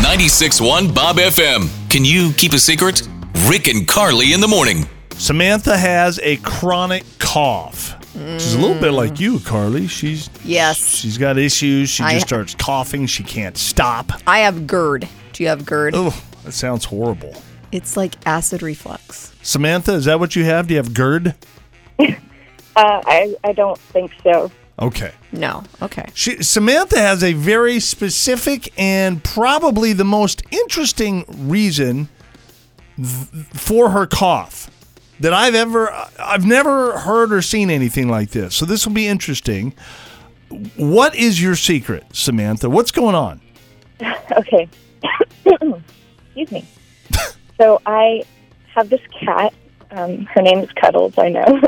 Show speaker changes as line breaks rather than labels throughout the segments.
96.1 Bob FM. Can you keep a secret? Rick and Carly in the morning.
Samantha has a chronic cough. She's a little bit like you, Carly. She's
Yes.
she's got issues. She
I-
just starts coughing. She can't stop.
I have GERD. Do you have GERD?
Oh, that sounds horrible.
It's like acid reflux.
Samantha, is that what you have? Do you have GERD?
Uh, I, I don't think so.
Okay.
No. Okay.
She, Samantha has a very specific and probably the most interesting reason th- for her cough that I've ever I've never heard or seen anything like this. So this will be interesting. What is your secret, Samantha? What's going on?
Okay. Excuse me. so I have this cat. Um, her name is Cuddles, I know.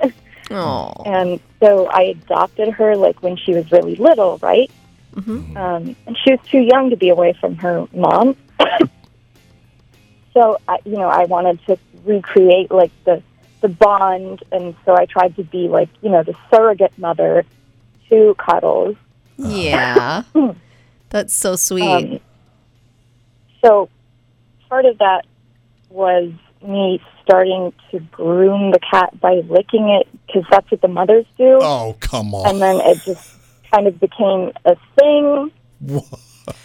Oh.
and so I adopted her like when she was really little, right? Um, and she was too young to be away from her mom. so, I, you know, I wanted to recreate like the, the bond. And so I tried to be like, you know, the surrogate mother to Cuddles.
Yeah. That's so sweet.
Um, so part of that was me starting to groom the cat by licking it because that's what the mothers do.
Oh, come
And then it just kind of became a thing.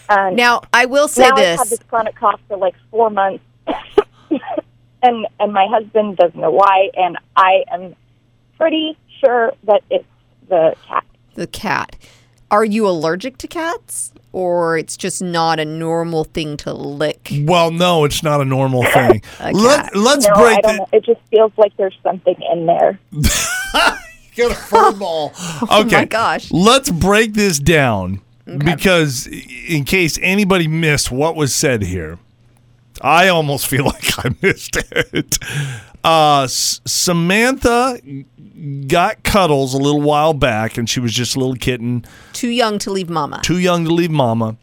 And
now I will say
now I've had
this.
this chronic cough for like four months. and, and my husband doesn't know why. And I am pretty sure that it's the cat.
the cat. Are you allergic to cats? Or it's just not a normal thing to lick?
Well, no, it's not a normal thing.
A
Let,
cat.
let's
No,
break
I don't
the,
know. It just feels like there's something in there.
Get a fur ball. Okay.
Oh my gosh.
Let's break this down because i- in case anybody missed what was said here, I almost feel like I missed it. Uh, S- Samantha got cuddles a little while back, and she was just a little kitten,
Too young to leave mama.
too young to leave mama.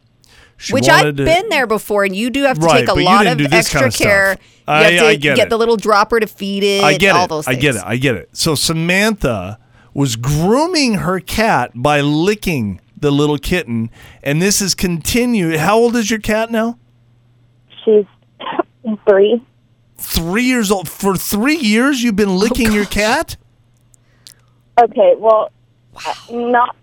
She
Which
wanted
I've
to-
been there before, and you do have to
Right,
take a
but you
lot
didn't
of
do this
extra
kind of stuff.
care. You
I-
have to
I get it.
the little dropper to feed it.
I get
all
it.
those
I
things.
get it. I get it. So Samantha was grooming her cat by licking the little kitten, and this is continued. How old is your cat now?
She's three.
Three years old. For three years, you've
Oh,
been licking your cat.
Okay, well, uh, not.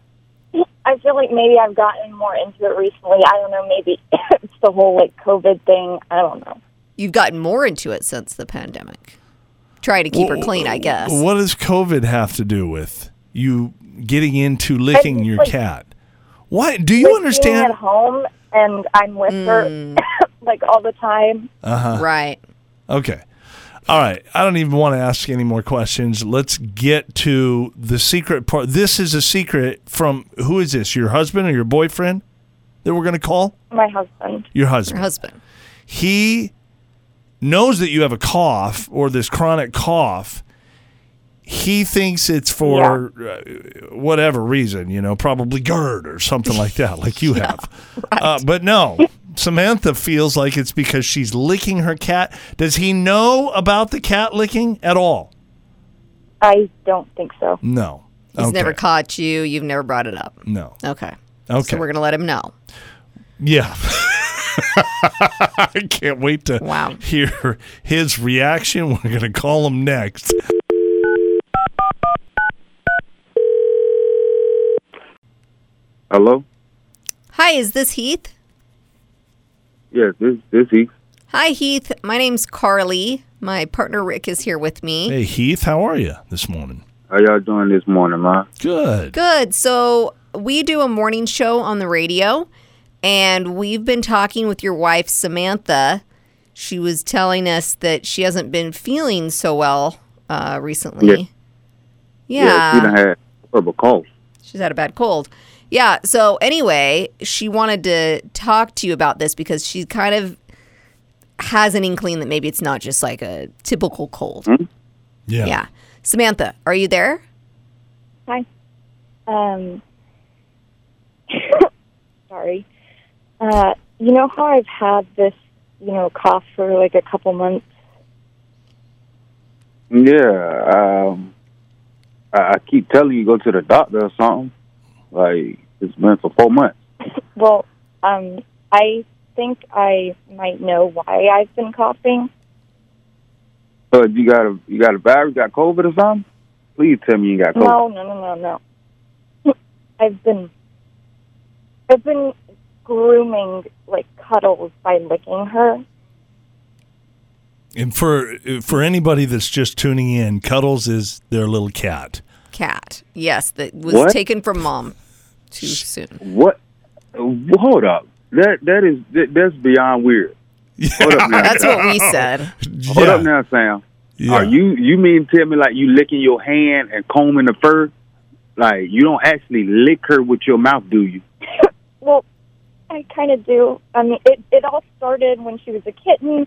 I feel like maybe I've gotten more into it recently. I don't know. Maybe it's the whole like COVID thing. I don't know.
You've gotten more into it since the pandemic. Trying to keep her clean, I guess.
What does COVID have to do with you getting into licking your
like-
cat? Why do you
Like, Being
understand? Mm.
at home and I'm with her like all the time.
Right.
Okay. All right. I don't even want to ask any more questions. Let's get to the secret part. This is a secret from who is this? Your husband or your boyfriend that we're going to call?
My husband.
Your
Her
husband.
husband.
he knows that you have a cough or this chronic cough. He thinks it's for uh, whatever reason, you know, probably GERD or something like that, like you have. Uh, but no, Samantha feels like it's because she's licking her cat. Does he know about the cat licking at all?
I don't think so.
No.
He's
Okay.
never caught you. You've never brought it up.
No.
Okay.
Okay.
So we're going to let him know.
Yeah. I can't wait to
Wow.
hear his reaction. We're going to call him next.
Hello?
Hi, is this Heath?
Yes, this this is
Hi, Heath. My name's Carly. My partner Rick is here with me.
Hey Heath, how are you this morning?
how y'all doing this morning, man?
Good.
Good. So we do a morning show on the radio, and we've been talking with your wife, Samantha. She was telling us that she hasn't been feeling so well uh, recently. Yeah.
she done had horrible cough.
She's had a bad cold. Yeah. So anyway, she wanted to talk to you about this because she kind of has an inkling that maybe it's not just like a typical cold.
Yeah.
Yeah. Samantha, are you there?
Hi. Um. sorry. Uh, you know how I've had this, you know, cough for like a couple months.
Yeah, um, I, I keep telling you go to the doctor or something. Like it's been for four months.
Well, um, I think I might know why I've been coughing.
So you got a you got a virus, got COVID or something? Please tell me you got COVID.
No, no, no, no, no. I've been I've been grooming like cuddles by licking her.
And for for anybody that's just tuning in, Cuddles is their little cat.
Cat. Yes, that was
What?
taken from mom too soon.
What? Hold up. That that is that, that's beyond weird. Hold up now.
That's what we said.
Hold up now, Sam.
Yeah.
Are you you mean to tell me like you licking your hand and combing the fur? Like you don't actually lick her with your mouth, do you?
Well, I kind of do. I mean, it it all started when she was a kitten.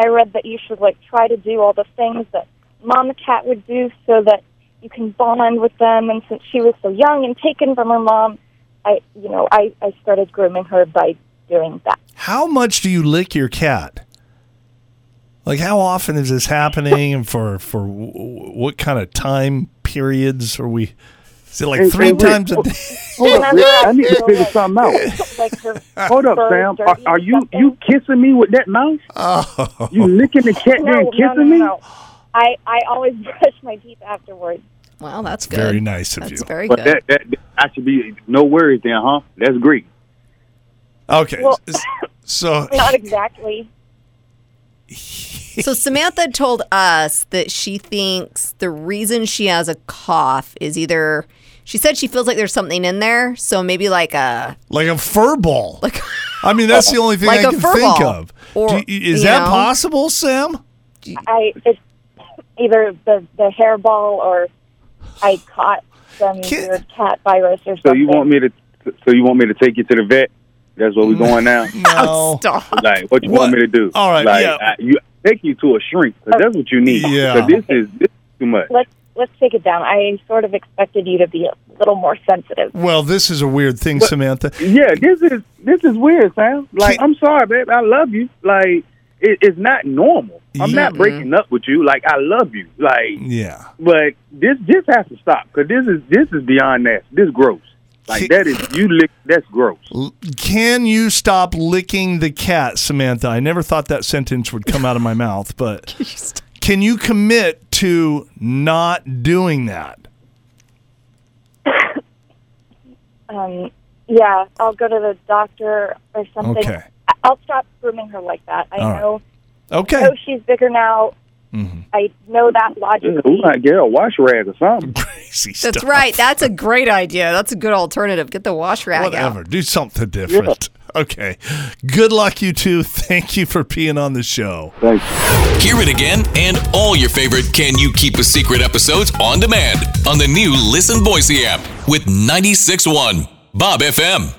I read that you should like try to do all the things that mama cat would do so that you can bond with them. And since she was so young and taken from her mom, I you know I I started grooming her by doing that.
How much do you lick your cat? Like how often is this happening, and for for w- w- what kind of time periods are we? Is it like
Hey, Oh.
three
hey, Rick,
times a
hold-
day?
Hold up,
Remember
Rick.
I
I need to
feel
figure
like-
something out.
Like her
Hold up,
fur
Sam. Are,
dirty
are you
something.
you kissing me with that mouth?
Oh,
You licking the cat
no,
then
no, no,
kissing me?
no. I I always brush my teeth afterwards.
Well, that's good.
very nice of
That's
you.
very good.
But that, that that- I should be no worries then, huh? That's great.
Okay,
Well-
s- so
Not exactly.
So Samantha told us that she thinks the reason she has a cough is either she said she feels like there's something in there, so maybe like a
like a fur ball. I mean, that's the only thing
Like
I
a
can
fur
think
ball.
of.
Or,
do you, is
you
that
know.
possible, Sam?
I it's either the the hairball or I caught some
Kid-
weird cat virus or something.
So you want me to so you want me to take you to the vet? That's where we going now.
No.
stop.
Like what you
What?
want me to do?
All right,
Like,
yeah.
I, you take you to a shrink 'cause that's what you need.
Yeah.
'Cause this is this is too much.
Let's let's take it down. I sort of expected you to be a little more sensitive.
Well, this is a weird thing, Samantha.
Yeah, this is this is weird, Sam. Like
Can-
I'm sorry, babe. I love you. Like it, it's not normal. I'm not breaking up with you. Like I love you. Like
Yeah.
But this this has to stop because this is this is beyond that. This gross. Like that is you lick. That's gross.
L- Can you stop licking the cat, Samantha? I never thought that sentence would come out of my mouth, but can you commit to not doing that?
Um, yeah, I'll go to the doctor or something.
Okay.
I- I'll stop grooming her like that. I
All right.
know. I
Okay.
know she's bigger now.
Mm-hmm.
I know that
Yeah,
logically.
we might get a wash rag or something.
Crazy
That's
stuff.
right. That's a great idea. That's a good alternative. Get the wash rag
Whatever.
out.
Do something different. Okay. Good luck, you two. Thank you for being on the show.
Thank you.
Hear it again and all your favorite Can You Keep a Secret episodes on demand on the new Listen Boise app with 96.1 Bob FM.